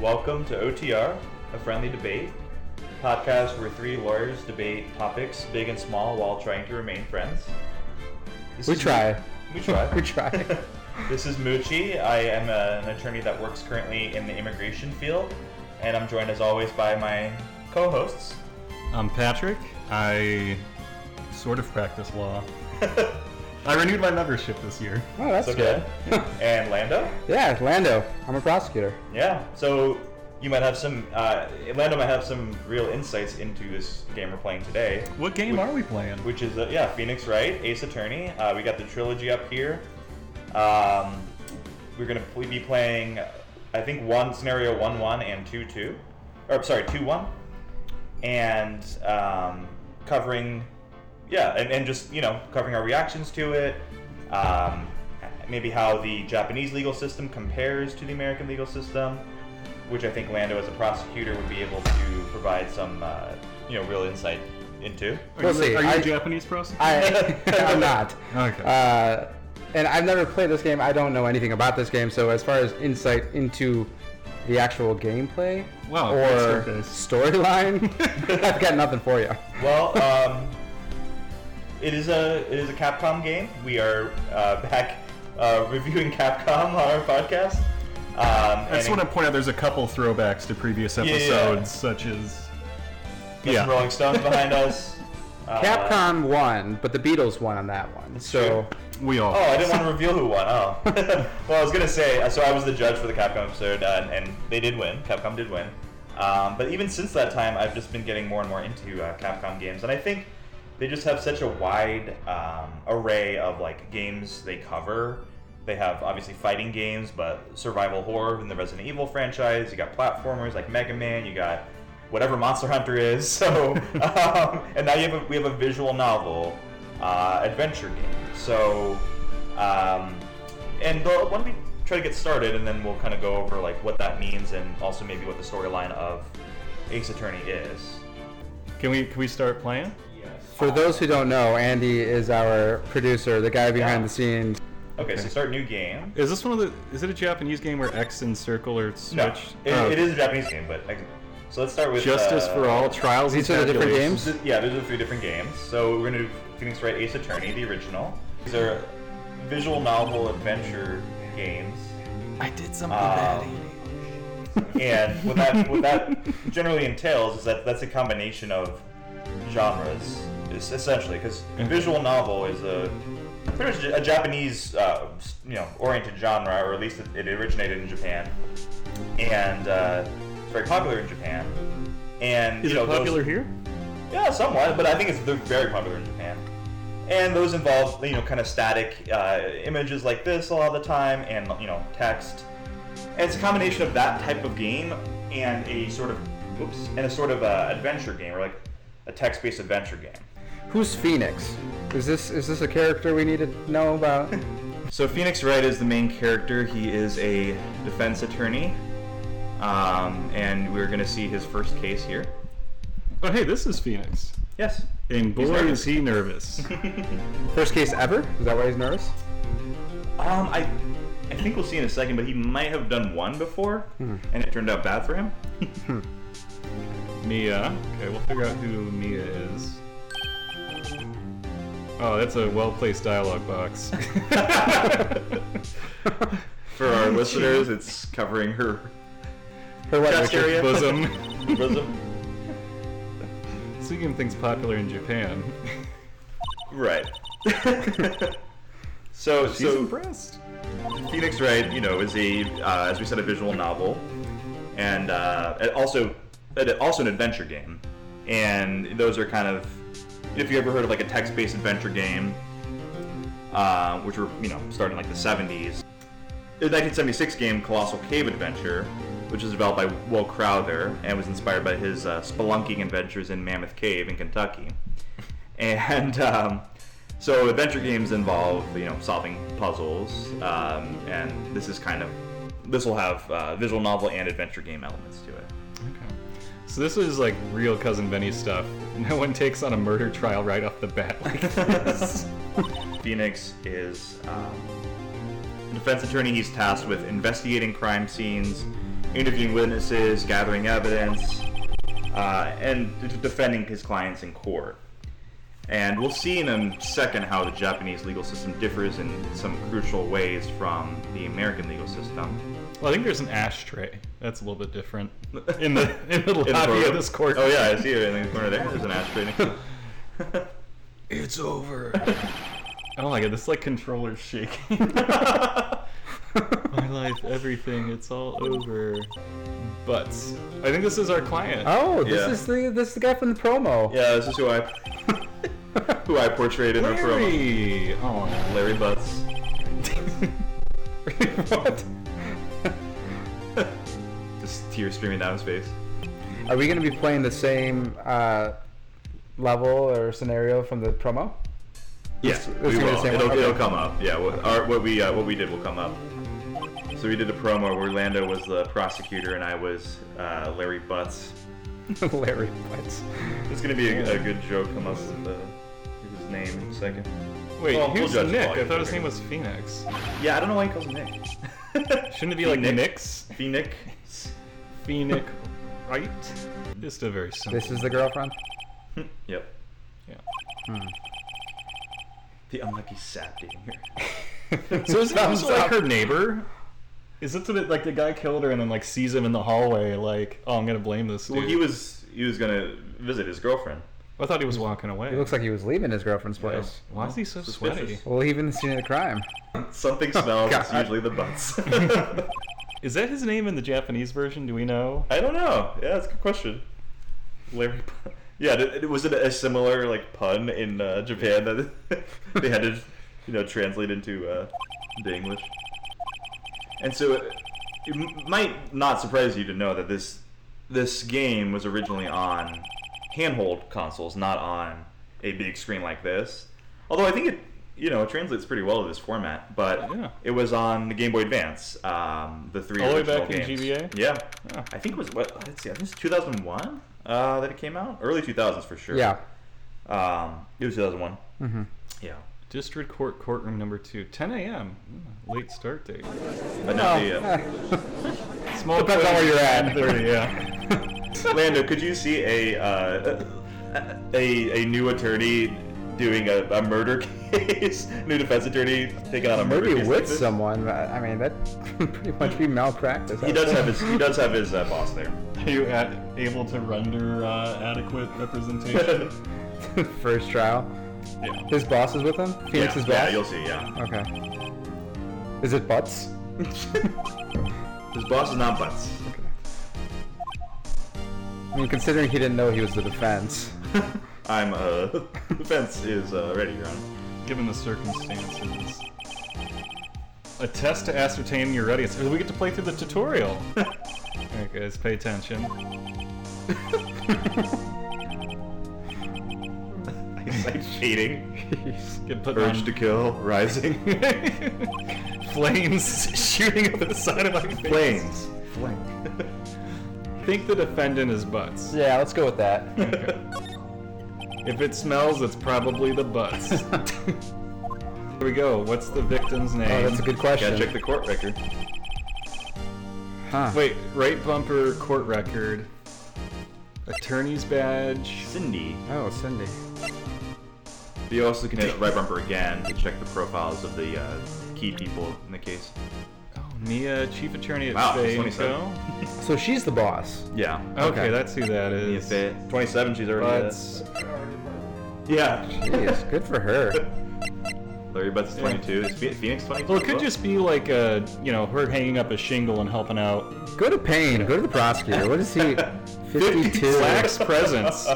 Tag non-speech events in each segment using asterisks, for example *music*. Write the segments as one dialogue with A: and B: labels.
A: Welcome to OTR, a friendly debate podcast where three lawyers debate topics big and small while trying to remain friends. This
B: We
A: is-
B: try.
A: We try.
B: *laughs* We try.
A: this is Moochie. I am a, an attorney that works currently in the immigration field, and I'm joined as always by my co-hosts. *laughs*
C: I'm Um, Patrick. I sort of practice law. I renewed my membership this year.
B: Oh, that's
A: So
B: good.
A: *laughs* and Lando.
B: yeah, Lando. I'm a prosecutor.
A: Yeah. So you might have some. Uh, Lando might have some real insights into this game we're playing today.
C: What game are we playing?
A: which is uh, yeah phoenix Wright, ace attorney uh, we got the trilogy up here um, we're gonna pl- be playing i think one scenario 1-1 and 2-2 or sorry 2-1 and um, covering yeah and, and just you know covering our reactions to it um, maybe how the japanese legal system compares to the american legal system which i think lando as a prosecutor would be able to provide some uh, you know real insight into
C: Are
B: We'll
C: you,
B: see.
C: are you
B: I-
C: a Japanese person?
B: I, I'm not.
C: Okay.
B: Uh, and I've never played this game. I don't know anything about this game. So as far as insight into the actual gameplay
C: Wow,
B: or
C: that's okay. *laughs*
B: storyline, I've got nothing for you.
A: Well, um, it is a it is a Capcom game. We are uh, back uh, reviewing Capcom on our podcast. Um,
C: I just
A: and
C: want to point out there's a couple throwbacks to previous
A: yeah, yeah.
C: episodes, such as
A: got some Rolling Stones behind us. Uh,
B: Capcom won, but the Beatles won on that one. So
C: we all.
A: Oh, I didn't want to reveal who won. Oh, well, I was gonna say. uh, So I was the judge for the Capcom episode, uh, and, and they did win. Capcom did win. Um, but even since that time, I've just been getting more and more into uh, Capcom games, and I think they just have such a wide um, array of like games they cover. They have obviously fighting games, but survival horror in the Resident Evil franchise. You got platformers like Mega Man. You got whatever Monster Hunter is. *laughs* So, um, and now you have a, we have a visual novel uh, adventure game. So, um, and the, why don't we try to get started, and then we'll kind of go over like what that means, and also maybe what the storyline of Ace Attorney is.
C: Can we can we start playing?
B: for those who don't know, Andy is our producer, the guy behind
A: Yeah.
B: the scenes.
A: Okay, so start new game.
C: Is this one of the? Is it a Japanese game where X and circle or switch?
A: No, it,
C: Oh.
A: it is a Japanese game, but I, so let's start with
C: Justice
A: uh,
C: for all trials.
B: These
C: and
B: are the different
C: tabulations.
B: games?
A: Th- Yeah, those are the three different games. So we're gonna do Phoenix Wright Ace Attorney, the original. These are visual novel adventure games.
C: I did something
A: Um, and what that what that generally entails is that that's a combination of genres, es- essentially, because
C: Mm-hmm.
A: visual novel is a pretty much a Japanese uh, s- you know oriented genre, or at least it, it originated in Japan, and uh, it's very popular in Japan. And
C: Is
A: you know,
C: it popular
A: those,
C: here?
A: yeah, somewhat, but I think it's they're very popular in Japan. And those involve you know kind of static uh, images like this a lot of the time, and you know text. And it's a combination of that type of game and a sort of oops, and a sort of uh, adventure game or like a text-based adventure game.
B: Who's Phoenix? Is this is this a character we need to know about?
A: *laughs* So Phoenix Wright is the main character. He is a defense attorney, um, and we're going to see his first case here.
C: Oh, hey, this is Phoenix.
A: *laughs* Yes.
C: And boy,
A: nervous.
C: is
A: *laughs*
C: he nervous.
B: First case ever? Is that why he's nervous?
A: Um, I, I think we'll see in a second, but he might have done one before,
C: Hmm.
A: and it turned out bad
C: *laughs*
A: for him.
C: Mia. Okay, we'll figure out who Mia is. Oh, that's a well placed dialogue box. *laughs*
A: For our listeners, it's covering her
B: Her what,
A: Chest
B: Richard?
A: area.
C: Bosom.
A: bosom.
C: *laughs* Speaking of things popular in Japan,
A: Right. *laughs* so,
C: she's
A: so
C: impressed.
A: Phoenix Wright, you know, is a, uh, as we said, a visual novel, and uh, and also, and also an adventure game, and those are kind of, if you ever heard of like a text-based adventure game, uh, which were you know starting like the '70s. The 1976 game Colossal Cave Adventure, which was developed by Will Crowther and was inspired by his uh, spelunking adventures in Mammoth Cave in Kentucky. *laughs* And um, so adventure games involve you know solving puzzles, um, and this is kind of this will have uh, visual novel and adventure game elements to it.
C: Okay. So this is like real cousin Benny stuff. No one takes on a murder trial right off the
A: *laughs*
C: bat like this.
A: Phoenix is um, a defense attorney. He's tasked with investigating crime scenes interviewing witnesses, gathering evidence, uh, and d- defending his clients in court. And we'll see in a second how the Japanese legal system differs in some crucial ways from the American legal system.
C: Well, I think there's an ashtray. That's a little bit different *laughs* in the in the lobby
A: *laughs* In the photo-
C: of this court.
A: Oh yeah, I see it in the corner there. There's an ashtray.
C: It's over. *laughs* oh my god, this like controller's shaking.
A: *laughs*
C: *laughs* my life, everything, it's all over. But I think this is our client.
B: *laughs* Oh, this
A: Yeah.
B: is the this is the guy from the promo.
A: yeah, this is who I *laughs* who I portrayed in the promo.
C: Larry. Oh.
A: Larry Butts.
B: what?
A: Just tears streaming down his face.
B: Are we gonna be playing the same uh, level or scenario from the promo? *laughs*
A: Yes,
B: Let's
A: we
B: do the
A: will.
B: same
A: It'll,
B: one.
A: it'll
B: Okay.
A: come up. Yeah, what, our, what we uh, what we did will come up. So we did a promo where Lando was the prosecutor and I was uh, Larry Butts.
B: Larry Butts.
A: It's gonna be a, a good joke come up with uh, with his name in a second.
C: *laughs* Wait,
A: Well,
C: here's
A: we'll judge
C: Nick.
A: the
C: I thought his
A: volume.
C: name was Phoenix.
A: Yeah, I don't know why he calls him Nick.
C: *laughs* Shouldn't it be like
A: Phoenix.
C: Nick's?
A: Phoenix. *laughs*
C: Phoenix, right? Just a very simple.
B: This is
A: *laughs*
B: the girlfriend.
A: Yep.
C: Yeah.
A: The unlucky sap dating here.
B: *laughs*
C: So is *laughs* that
B: Thumbs
C: also like
B: up.
C: her neighbor? Is it that like the guy killed her and then like sees him in the hallway? Like, oh, I'm gonna blame this dude.
A: Well, he was he was gonna visit his girlfriend.
C: I thought he was walking away.
B: He looks like he was leaving his girlfriend's place.
C: Why is he so
A: Suspicious.
C: sweaty? Oh,
B: Well, even the scene of the crime.
A: Something
C: *laughs*
A: smells. it's
B: God.
A: usually the butts.
C: Is that his name in the Japanese version? Do we know?
A: I don't know. Yeah, that's a good question. Larry. P- *laughs* Yeah, did, did- was it a similar like pun in uh, Japan that *laughs* they had to, you know, translate into uh, the English? And so, it, it m- might not surprise you to know that this this game was originally on handhold consoles, not on a big screen like this. Although I think it, you know, it translates pretty well to this format. But
C: Yeah.
A: it was on the Game Boy Advance, um, the three
C: All the way
A: original
C: back in
A: games.
C: GBA?
A: Yeah.
C: Oh.
A: I think it was what let's see, I think it's 2001 uh, that it came out. Early 2000s for sure.
B: Yeah.
A: Um, it was 2001.
B: Mm-hmm.
A: Yeah.
C: District Court Courtroom Number Two, 10 a.m. Mm, Late start date.
B: Mm-hmm.
A: But
B: *laughs*
A: now the uh,
C: Small
B: Depends on where you're at. *laughs*
C: 10:30, yeah.
B: Oh.
A: Lando, could you see a uh, a a new attorney doing a, a murder *laughs* case, new defense attorney taking on a murder
B: Maybe
A: case like
B: with
A: this?
B: someone. but, I mean, that *laughs* pretty much be malpractice.
A: He does have his he does have his uh, boss
B: *laughs*
A: there.
C: Are you at, able to render uh, adequate
B: *laughs*
C: representation?
B: his first trial.
C: yeah.
B: His boss is with him.
A: yeah,
B: Phoenix's
A: yeah,
B: boss.
A: you'll see. Yeah,
B: okay. Is it Butts?
A: his boss is not butts.
B: I mean, considering he didn't know he was the defense. *laughs*
A: I'm uh, *laughs* defense is uh, ready, Your Honor. *laughs*
C: Given the circumstances. A test to ascertain your readiness. Oh, We get to play through
B: *laughs*
C: the tutorial. All right, guys, pay attention.
A: Eyesight shading.
C: Get put
A: Urge
C: on-
A: to kill rising. *laughs*
C: *laughs* Flames shooting up the side of my face.
A: Flames. Flame.
C: Think the defendant is butts.
B: Yeah, let's go with that. *laughs*
C: Okay. if it smells, it's probably
B: *laughs*
C: the butts. Here we go. What's the victim's name?
B: Oh, that's a good
A: Gotta
B: question.
A: check the court record.
B: Huh.
C: Wait, right bumper court record. Attorney's badge.
A: Cindy.
B: Oh, Cindy.
A: You also can hit right bumper again to check the profiles of the uh, key people in the case.
C: Oh, Nia, chief attorney at
A: Wow,
C: Fay and
A: 27.
C: Co.
B: So she's the boss.
A: Yeah.
C: Okay,
B: Okay.
C: that's who that is.
A: 27, she's already
C: Butts.
A: Yeah.
B: Jeez, good for her.
A: *laughs* Larry Butts is 22. Is Phe- Phoenix 22?
C: Well, it could just be like a, you know, her hanging up a shingle and helping out.
B: Go to Payne. Go to the prosecutor. What
A: *laughs*
B: is he? 52.
C: Lacks presence.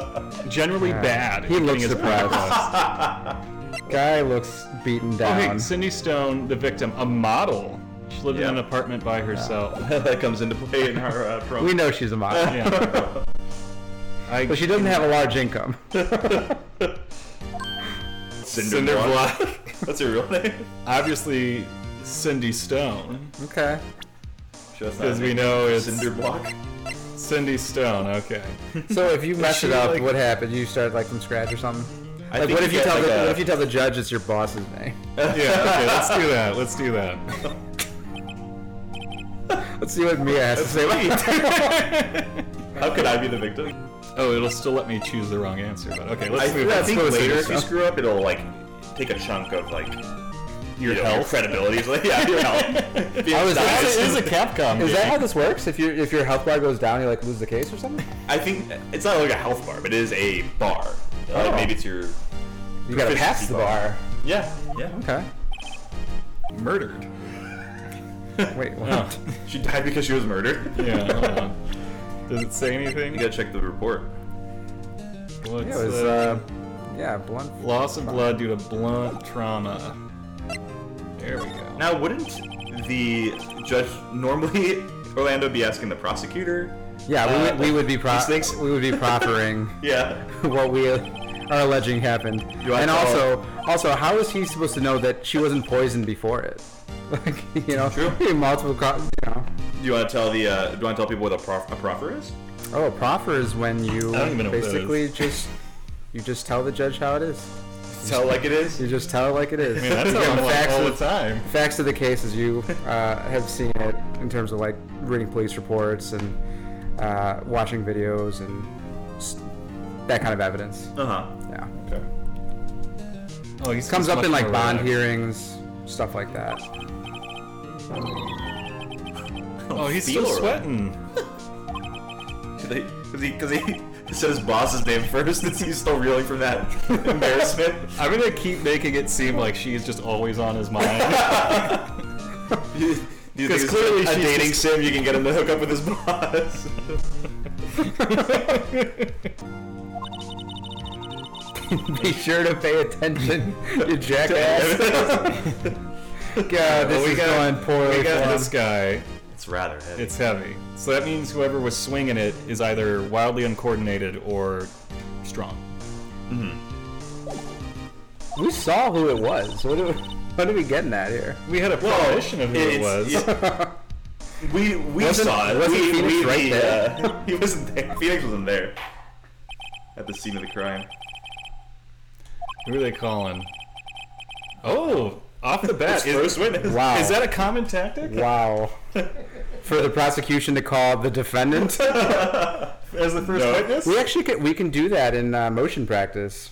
C: Generally
B: Yeah.
C: bad.
B: He
C: at
B: looks
C: getting his
B: surprised. *laughs*
C: point across.
B: Guy looks beaten
C: Oh,
B: down.
C: hey, Cindy Stone, the victim, a model. She lived in
A: Yeah.
C: an apartment by herself.
A: *laughs* that comes into play in our uh, promo.
B: we know she's a model.
C: Yeah.
B: *laughs*
C: I,
B: But she doesn't have a large income.
A: *laughs* Cinder Block. *laughs* That's her real name.
C: *laughs* Obviously, Cindy Stone,
B: Okay.
C: because we know it's
A: Cinder Block.
C: Cindy Stone. Okay.
B: So if *laughs* you mess
C: she,
B: it up,
C: like-
B: what happens? You start like from scratch or something?
A: I
B: Like,
A: think
B: what if you
A: get,
B: tell
A: like,
B: the
A: a-
B: what if you tell the judge it's your boss's name?
A: *laughs*
C: Yeah. Okay. Let's do that. Let's do that.
B: *laughs* Let's Let's see what Mia has to say about
A: *laughs* How could I be the victim?
C: oh, it'll still let me choose the wrong answer, but okay,
A: I,
C: let's move
A: I
C: on.
A: think
B: supposed to
A: later
B: do
A: if you
B: so.
A: screw up, it'll like take a chunk of like
C: Your
A: you know,
C: health.
A: credibility. It's like, yeah, your
C: *laughs*
A: health. Being
B: I was-
A: size.
C: This is a Capcom.
B: Is that
C: game.
B: how this works? If your if your health bar goes down, you like lose the case or *laughs* something?
A: I think it's not like a health bar, but it is a bar.
B: Oh.
A: Like maybe it's your
B: You gotta pass the bar.
A: yeah yeah.
B: Okay.
C: murdered?
B: Wait. What?
C: Oh,
A: She died because she was murdered.
C: *laughs* yeah. Hold on. Does it say
A: You
C: anything?
A: gotta check the report.
C: What's
B: Yeah, it was uh,
C: the-
B: yeah, blunt.
C: loss of blood due to blunt trauma? There we go.
A: Now, wouldn't the judge normally *laughs* Orlando be asking the prosecutor?
B: Yeah, we,
A: Uh,
B: would, we would be pro-
A: these things-
B: we would be *laughs* proffering
A: Yeah.
B: what we are alleging happened.
A: You want
B: And
A: to-
B: also, also, how is he supposed to know that she wasn't poisoned before it? *laughs* Like, you know,
A: True.
B: *laughs* multiple, co- you know.
A: Do you want to tell the? Uh, do you want to tell people what a, prof- a proffer is?
B: Oh, proffer is when you
C: I don't even know what that
B: basically
C: is.
B: just you just tell the judge how it is.
A: Tell like it is.
B: You just tell it like it is.
C: I
B: *laughs*
C: mean, that's
B: You
C: how
B: give
C: I'm
B: them
C: like oh,
B: facts
C: all the
B: of-
C: time.
B: facts of the case as you uh, have seen it in terms of like reading police reports and uh, watching videos and s- that kind of evidence.
A: Uh huh.
B: Yeah,
A: Okay.
C: Oh, he's
B: comes
C: just
B: up in
C: much
B: like
C: more
B: bond
C: relaxed.
B: hearings, stuff like that. *laughs*
C: Oh, he's still
A: Feel alright.
C: sweating.
B: *laughs*
A: Because he, 'cause he *laughs* said his boss's name first, *laughs* and he's still reeling from that embarrassment.
C: I'm gonna keep making it seem like she's just always on his mind.
A: Because
C: 'Cause clearly
A: a
C: she's
A: dating
C: just-
A: sim, you can get him to hook up with his boss.
B: Be sure to pay attention, *laughs* you *laughs* jackass.
A: *laughs*
B: God, uh, this
C: Well, we
B: is
C: got-
B: going poorly.
C: we got
B: for
C: this guy.
A: it's rather heavy.
C: It's heavy. So that means whoever was swinging it is either wildly uncoordinated or strong.
B: him. we saw who it was. What are, we- what are we getting at here?
C: We had a premonition of who it was.
A: *laughs* we we
B: Wasn't-
A: saw it.
B: wasn't
A: we,
B: Phoenix
A: we,
B: right
A: we,
B: there?
A: uh, *laughs* he wasn't there. Phoenix wasn't there at the scene of the crime.
C: Who are they calling? Oh, off
B: *laughs*
C: the bat.
A: His
C: Is,
A: first witness.
B: Wow.
C: is that a common tactic? *laughs*
B: Wow. For the prosecution to call the defendant.
C: As the first
A: No.
C: witness?
B: We actually can, we can do that in uh, motion practice,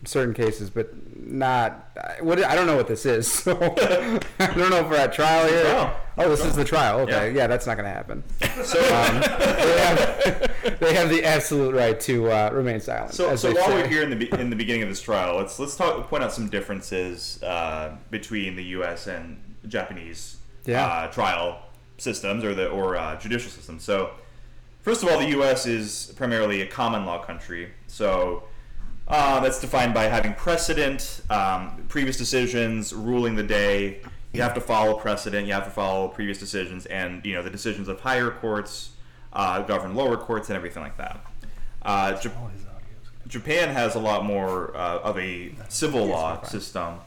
B: in certain cases, but not. I- What I don't know what this is, *laughs* so I don't know if we're at trial here.
A: Trial.
B: Oh, this is the trial. Okay, yeah,
A: Yeah.
B: that's not going to happen.
A: *laughs* So,
B: Um, they, have, they have the absolute right to uh, remain silent.
A: so,
B: as
A: so
B: they
A: while
B: say.
A: we're here in the be-
B: *laughs*
A: in the beginning of this trial, let's let's talk point out some differences uh, between the U.S. and Japanese
B: Yeah.
A: uh, trial systems or the or uh, judicial systems. So, first of all, the U.S. is primarily a common law country, so uh, that's defined by having precedent, um, previous decisions, ruling the day. You have to follow precedent. You have to follow previous decisions, and you know the decisions of higher courts uh, govern lower courts and everything like that. Uh, Jap- Japan has a lot more uh, of a civil law system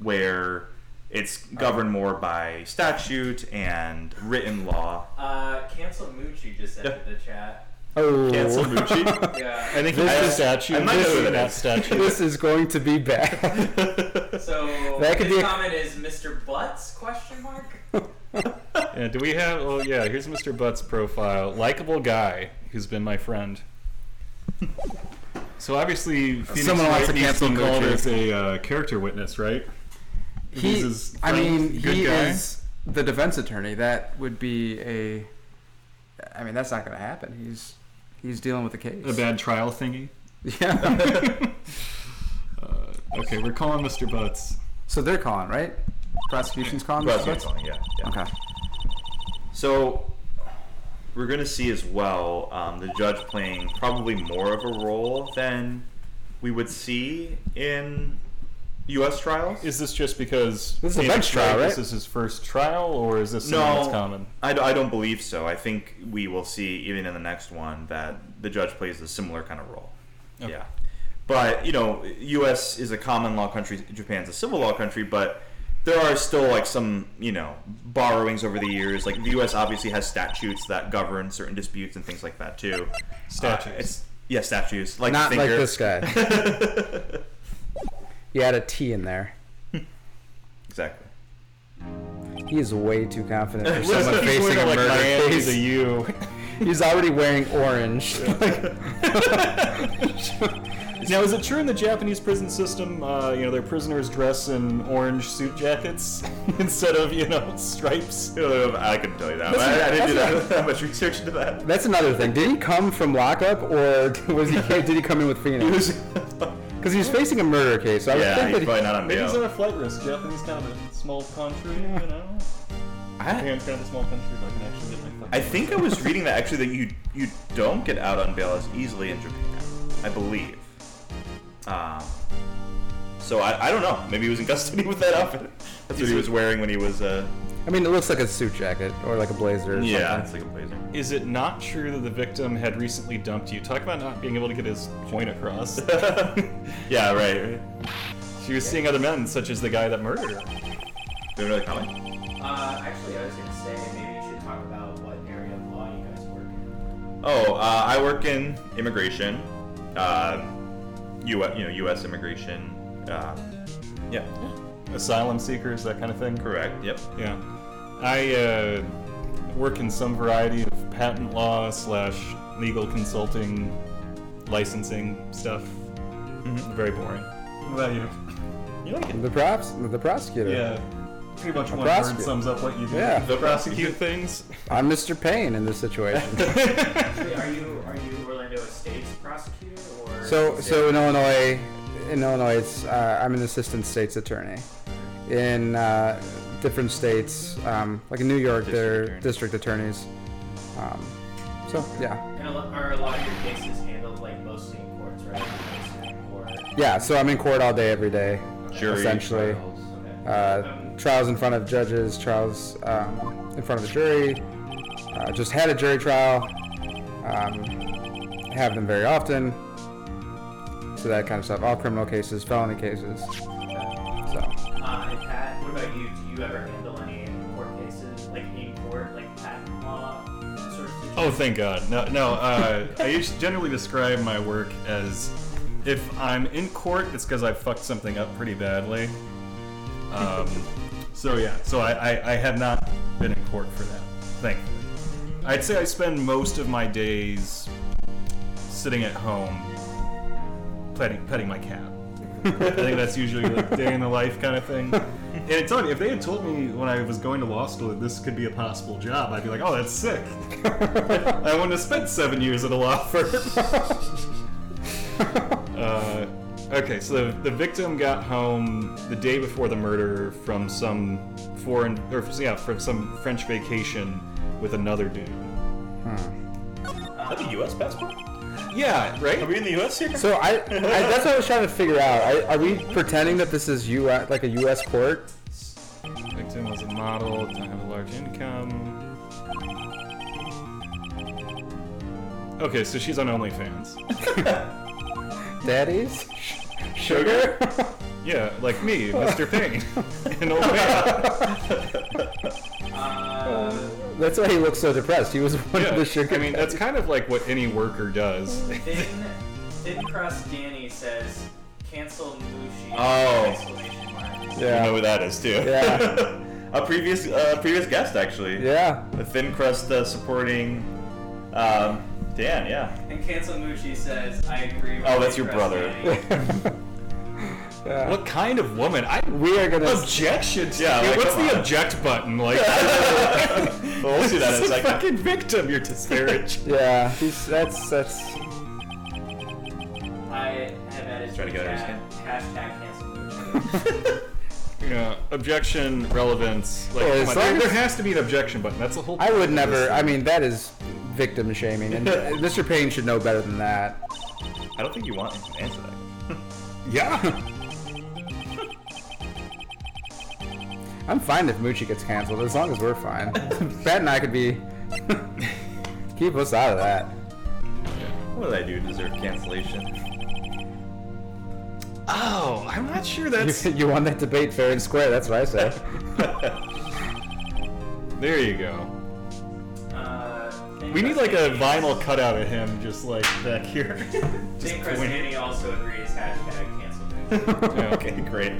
A: where it's governed more by statute and written law.
D: Uh, cancel Moochie just
A: Yeah.
D: entered the chat.
B: oh,
A: Cancel Mucci.
C: I
D: Yeah.
C: think
B: This
C: he's a
B: is-
C: statue.
A: I'm not
C: This
A: sure
C: is
A: what it
C: not
A: is.
C: statue.
B: this is going to
A: *laughs*
B: be bad.
D: *laughs* So
B: That could
D: his
B: be a-
D: comment is Mr. Butts question mark. Uh,
C: Yeah, do we have? Oh yeah, here's Mr. Butt's profile. Likable guy who's been my friend. So obviously, Phoenix
B: Someone wants
C: Wright
B: to
C: needs
B: cancel
C: be called
B: Gucci.
C: as a uh, character witness, right?
E: He,
C: his
E: I
C: friend,
E: mean,
C: good
E: he
C: guy?
E: is the defense attorney. That would be a. I mean, that's not going to happen. He's he's dealing with the case.
B: *laughs*
C: A bad trial thingy.
E: Yeah.
C: Uh, okay, we're calling Mr. Butts.
E: so they're calling, right? Prosecution's calling.
A: Well,
E: Mr.
A: that's
E: Butts?
A: what I'm calling, yeah, yeah.
E: Okay.
A: So we're gonna see as well um, the judge playing probably more of a role than we would see in U.S. trials.
C: Is this just because
B: This is a
C: Phoenix
B: bench trial,
C: Wright,
B: right?
C: This is his first trial, or is this something
A: no,
C: that's common?
A: I, d- I don't believe so. I think we will see even in the next one that the judge plays a similar kind of role.
C: Okay.
A: Yeah, but you know, U.S. is a common law country. Japan's a civil law country, but there are still like some you know borrowings over the years. Like the U.S. obviously has statutes that govern certain disputes and things like that too.
C: Statutes.
A: Uh, it's, yeah, statues. Like
B: Not like
A: finger.
B: this guy.
C: *laughs*
B: you had a T in there.
A: Exactly.
B: He is way too confident for
C: *laughs* Looks
B: someone
C: like he's
B: facing
C: going
B: a
C: to, like,
B: murder
C: Miami
B: case.
C: to you.
B: He's already wearing orange.
C: now, is it true in the Japanese prison system, uh, you know, their prisoners dress in orange suit jackets *laughs* instead of, you know, stripes?
A: Um, I couldn't tell you that. I, I didn't do that,
B: *laughs*
A: that much research into that.
B: *laughs* That's another thing. Did he come from lockup, or *laughs* was
C: *laughs*
B: he? Did he come in with Phoenix? Because he was facing a murder case. So I would
A: yeah,
B: think
A: he's
B: that he,
A: probably not on
C: *laughs* Maybe he's on
A: bail.
C: a flight risk. Japanese kind of a small country, you know?
B: I,
C: Japan's kind of a small country, but I can actually get my
A: I think I was reading that actually that you you don't get out on bail as easily in Japan, I believe. Um, so I, I don't know. Maybe he was in *laughs* custody with that outfit. That's what he was wearing when he was. Uh,
B: I mean, it looks like a suit jacket or like a blazer. Or
A: yeah, it's
B: something.
A: like a blazer.
C: Is it not true that the victim had recently dumped you? Talk about not being able to get his point across. *laughs*
A: yeah, right. right.
C: she was seeing other men, such as the guy that murdered her.
A: Do you have another comment?
D: Uh, actually, I was gonna say maybe you should talk about what area of law you guys work in.
A: Oh, uh, I work in immigration, um, U.S. You know, U.S. immigration. Uh, yeah,
C: Asylum seekers, that kind of thing.
A: correct. Yep.
C: Yeah. I uh, work in some variety of patent law slash legal consulting, licensing stuff. Very boring. What about you?
A: You like it?
B: The props, the prosecutor.
C: Yeah. Pretty much one word
B: prosecutor.
C: sums up what you do.
B: Yeah.
A: The
C: Prosecute *laughs* things.
B: I'm Mr. Payne in this situation. *laughs*
D: Actually, are you are you Orlando Estates prosecutor or?
B: So,
D: is
B: so
D: it-
B: in Illinois, in Illinois, it's, uh, I'm an assistant state's attorney. In uh, different states, um, like in New York,
A: District
B: they're
A: attorney.
B: district attorneys. Um, so yeah,
D: and a lo- are a lot of your cases handled like mostly in courts, right? Or
B: yeah. So I'm in court all day, every day,
A: Jury
B: essentially.
A: trials.
D: okay.
B: Uh,
D: Um,
B: trials in front of judges, trials um, in front of the jury. Uh, just had a jury trial. Um, have them very often. So that kind of stuff. All criminal cases, felony cases. So.
D: Uh, and Pat, what about you? Do you ever handle any court cases, like in court, like patent law sort of situation?
C: Oh, thank God. No, no. Uh, I usually generally describe my work as if I'm in court, it's because I fucked something up pretty badly. Um, so yeah, so I, I, I have not been in court for that. Thankfully, I'd say I spend most of my days sitting at home, petting, petting my cat. I think that's usually
B: *laughs*
C: like day in the life kind of thing. And it's funny, if they had told me when I was going to law school that this could be a possible job, I'd be like, oh, that's sick. *laughs* I wouldn't have spent seven years at a law firm. *laughs* uh, okay, so the, the victim got home the day before the murder from some foreign, or yeah, from some French vacation with another dude. Hmm.
A: That's a U.S. passport.
C: Yeah,
A: Are
C: right?
A: we in the U.S. here?
B: So I, I that's what I was trying to figure out. I, are we pretending that this is U.S. like a U.S. court?
C: victim was a model, didn't have a large income. Okay, so she's on OnlyFans.
A: *laughs*
B: Daddies, sugar. *laughs*
C: Yeah, like me,
A: *laughs*
C: Mr. Payne. An old man.
D: Uh,
B: that's why he looks so depressed. He was *laughs* one of
C: Yeah,
B: the sugar.
C: I mean, that's kind of like what any
A: *laughs*
C: worker does.
D: Thin, thin crust Danny says, cancel Mushi.
A: Oh.
D: Exclamation mark.
A: You know
B: yeah,
A: who that is too.
B: Yeah.
A: *laughs* a previous uh, previous guest actually.
B: yeah.
A: The thin crust uh, supporting um, Dan. Yeah.
D: And cancel Mushi says, I agree. With
A: Oh, that's
D: Thin
A: your
D: Crust
A: brother.
B: *laughs*
D: Danny."
B: Yeah.
C: What kind of woman? I
B: We are gonna.
C: objection. To
A: Yeah, like,
C: what's
A: come
C: the
A: on.
C: object button? *laughs* Like,
A: Well, we'll see that in a
C: it's a
A: second.
C: fucking victim. You're disparaging.
B: Yeah, he's that's that's.
D: I have added
A: Try to get
D: hashtag, hashtag cancel Mushi.
C: *laughs* yeah, objection, relevance. Like,
B: Yeah,
C: come
B: as
C: on,
B: long
C: there,
B: as-
C: there has to be an objection button. That's the whole.
B: I would
C: point of this
B: never. I
C: thing.
B: mean, that is victim shaming, and
C: *laughs*
B: Mr. Payne should know better than that.
A: I don't think you want him to answer that. question.
B: Yeah. *laughs* I'm fine if Moochie gets canceled, as long as we're
C: *laughs*
B: fine. Pat and I could be. *laughs* keep us out of that.
A: What did I do to deserve cancellation?
C: Oh, I'm not sure *laughs*
B: *laughs*
C: that's.
B: You, you won that debate fair and square, that's what I
C: *laughs*
B: say.
C: there you go.
D: Uh, Thin
C: We need
D: Crust
C: like a
D: Danny-
C: vinyl cutout of him, just like back *laughs* here. Just
D: Thin Crust
C: pointing. *laughs*
D: Danny also agrees, hashtag cancel Mushi.
C: Yeah.
A: okay, great.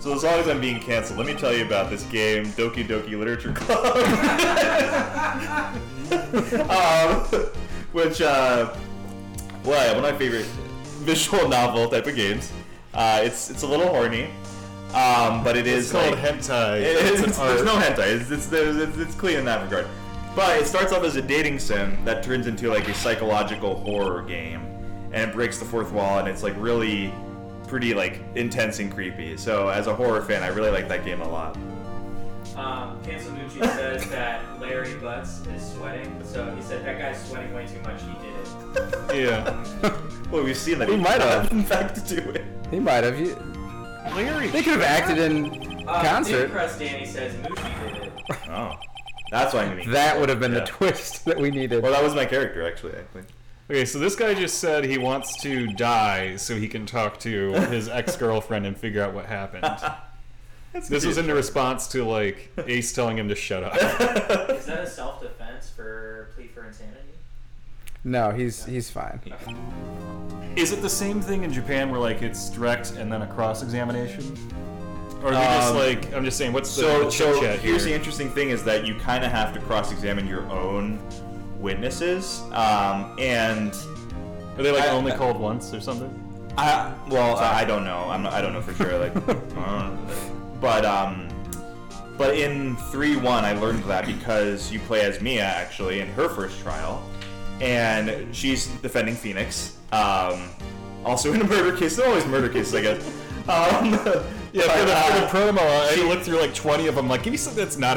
A: So as long as I'm being canceled, let me tell you about this game, Doki Doki Literature *laughs* Club, um, which uh, well, one of my favorite visual novel type of games. Uh, it's it's a little horny, um, but it
F: It's
A: is
F: called
A: like,
F: hentai.
A: *laughs* it- it's,
F: It's an
A: there's
F: art.
A: no hentai. It's, it's, there's- it's, it's clean in that regard. But it starts off as a dating sim that turns into like a psychological horror game, and it breaks the fourth wall, and it's like really pretty like intense and creepy. So as a horror fan, I really like that game a lot.
D: Um, Cancelucci says that Larry Butts is sweating, so he said that guy's sweating way too much. He did it.
A: Yeah. well, we've seen that.
B: We
A: he
B: might have.
A: *laughs* In fact, do it.
B: *laughs* He might have. You,
A: Larry.
B: they could have acted in
D: Uh,
B: concert.
D: Nick Press Danny says Moochie did it.
A: Oh, that's why I mean.
B: That would have been
A: Yeah.
B: the twist *laughs* that we needed.
A: Well, that was my character actually. Actually.
C: Okay, so this guy just said he wants to die so he can talk to his ex girlfriend and figure out what happened.
A: That's
C: This was
A: cute.
C: in response to like Ace telling him to shut up. *laughs*
D: Is that a self defense for plea for insanity?
B: no, he's he's fine.
A: Is it the same thing in Japan where like it's direct and then a cross examination?
C: Or are we just
A: Um,
C: like I'm just saying, what's the,
A: So,
C: the
A: so
C: chit chat here?
A: here's the interesting thing is that you kind of have to cross-examine your own witnesses, um, and
C: Are they like
A: I-
C: only
A: I-
C: called once or something?
A: I well, I I don't know. I'm not, I don't know for sure.
C: *laughs*
A: Like, I don't know. but um, but in three one, I learned that because you play as Mia actually in her first trial, and she's defending Phoenix. Um, also in a murder case. They're always murder cases, I
C: *laughs*
A: guess. Um, *laughs*
C: Yeah, for the,
A: but, uh,
C: for the promo, I looked through like 20 of them. Like, give me something that's not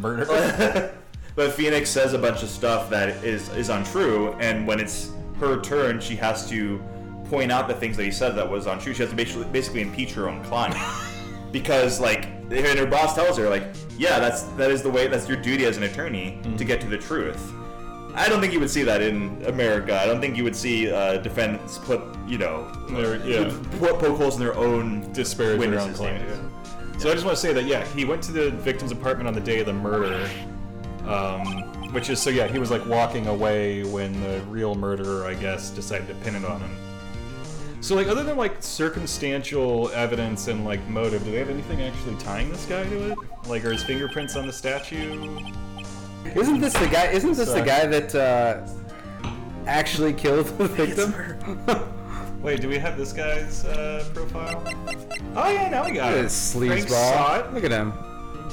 A: *laughs*
C: murder. *laughs*
A: but Phoenix says a bunch of stuff that is is untrue, and when it's her turn, she has to point out the things that he said that was untrue. She has to basically, basically impeach her own
C: *laughs*
A: client because, like, and her boss tells her, like, yeah, that's that is the way that's your duty as an attorney
C: Mm-hmm.
A: to get to the truth. I don't think you would see that in America. I don't think you would see uh, defense put, you know,
C: There- yeah.
A: put poke holes in their own
C: disparage their own
A: witnesses'
C: claim.
A: names.
C: So I just want to say that yeah, he went to the victim's apartment on the day of the murder, um, which is so yeah, he was like walking away when the real murderer, I guess, decided to pin it on him. So like, other than like circumstantial evidence and like motive, do they have anything actually tying this guy to it? Like, are his fingerprints on the statue?
B: Isn't this the guy? Isn't this
C: Sorry.
B: the guy that uh, actually killed the victim?
C: Wait, do we have this guy's uh, profile? Oh yeah, now we got it.
B: This
C: Frank saw it.
B: sleazeball. Look at him.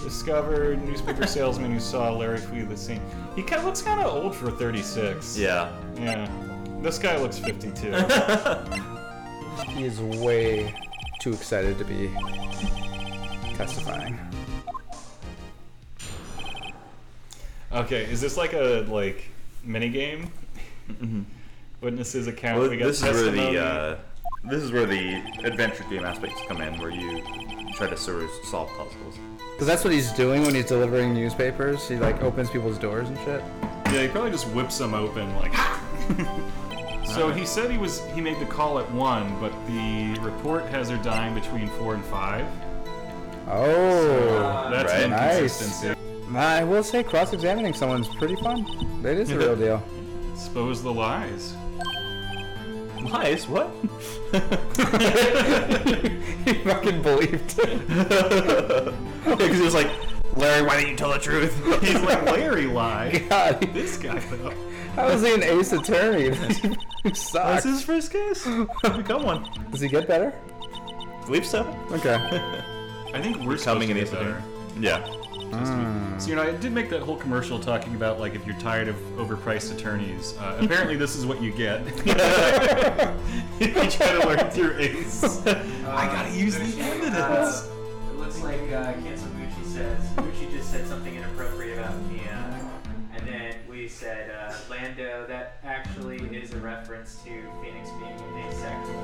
C: discovered newspaper salesman who saw Larry flee the scene. He kind of looks kind of old for 36.
A: Yeah.
C: Yeah. This guy looks 52.
A: *laughs*
B: He is way too excited to be testifying.
C: okay, is this like a like mini game? Witnesses account.
A: Mm-hmm. Well,
C: we got
A: this is where
C: testimony.
A: the uh, this is where the adventure game aspects come in, where you try to sort of solve puzzles.
B: Because that's what he's doing when he's delivering newspapers. He like opens people's doors and shit.
C: Yeah, he probably just whips them open like.
A: *laughs*
C: so he said he was he made the call at one, but the report has her dying between four and five.
B: Oh,
D: Uh,
C: That's
A: Right.
C: an
B: Nice.
C: inconsistency.
B: I will say cross-examining someone's pretty fun. That is the real deal.
C: Expose the lies.
A: Nice. What?
B: he fucking believed.
A: *laughs* Because it was like, *laughs* Larry, why didn't you tell the *laughs* truth?
C: He's like Larry lie.
B: God,
C: This guy though.
B: how is he an ace attorney? He
A: That's
B: sucks.
A: his first case. Become one.
B: Does he get better?
A: Believe so.
B: Okay.
C: I think
A: Coming
C: we're coming
A: in
C: in
A: ace
C: better.
A: attorney. Yeah.
C: So you know, I did make that whole commercial talking about like if you're tired of overpriced attorneys.
A: *laughs*
C: Uh, apparently, this is what you get. *laughs* you try to learn through Ace. I gotta use the evidence.
D: It looks like uh, Cancelucci says Moochie just said something inappropriate about Mia, and then we said uh, Lando. That actually is a reference to Phoenix being asexual.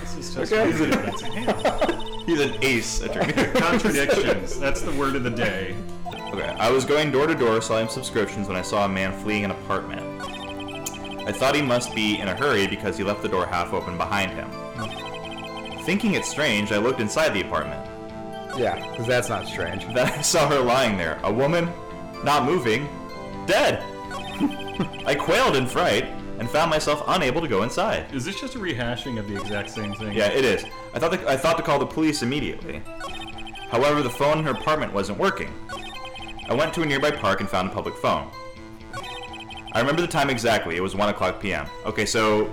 C: This is just
B: Okay.
C: really good. That's a hand.
A: He's an ace attorney. *laughs*
C: Contradictions. That's the word of the day.
A: Okay, I was going door to door selling subscriptions when I saw a man fleeing an apartment. I thought he must be in a hurry because he left the door half open behind him. Thinking it strange, I looked inside the apartment.
B: *laughs* Yeah, because that's not strange.
A: Then I saw her lying there, *laughs* a woman, not moving, dead. I quailed in fright and found myself unable to go inside.
C: Is this just a rehashing of the exact same thing?
A: Yeah, it is. I thought, the, I thought to call the police immediately. However, the phone in her apartment wasn't working. I went to a nearby park and found a public phone. I remember the time exactly. It was 1 o'clock p.m. Okay, so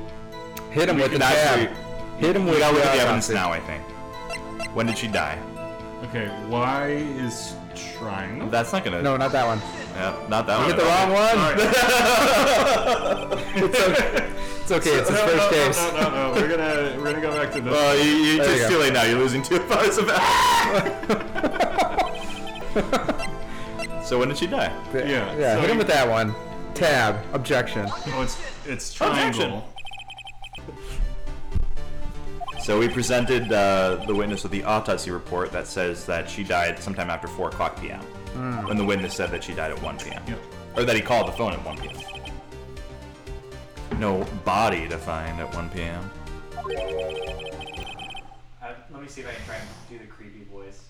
B: Hit him
A: We
B: with the
A: can actually-
B: tab. Hit him
A: we
B: with
A: gotta look at the
B: uh,
A: evidence
B: Nazi.
A: now, I think. When did she die?
C: Okay, why is trying?
A: That's not gonna.
B: No, not that one.
A: Yeah, not that one.
B: Hit the wrong *laughs* one.
A: *laughs* it's okay.
B: It's okay. It's his
C: no, no,
B: first
C: no,
B: case. Uh,
C: no, no, no, We're gonna we're gonna go back to this.
A: Well, you, you,
B: There you
A: it's
B: go.
A: too late now. You're losing two *laughs* powers of.
B: *laughs*
A: so when did she die?
C: yeah,
B: Yeah,
C: so
B: hit him
C: you-
B: with that one. Tab. Objection.
C: oh, it's it's triangle.
A: So we presented uh, the witness with the autopsy report that says that she died sometime after 4 o'clock p.m.
B: Hmm.
A: When the witness said that she died at 1 p.m.
C: Yeah.
A: Or that he called the phone at 1 p.m. No body to find at 1 p.m.
D: Uh, let me see if I can try and do the creepy voice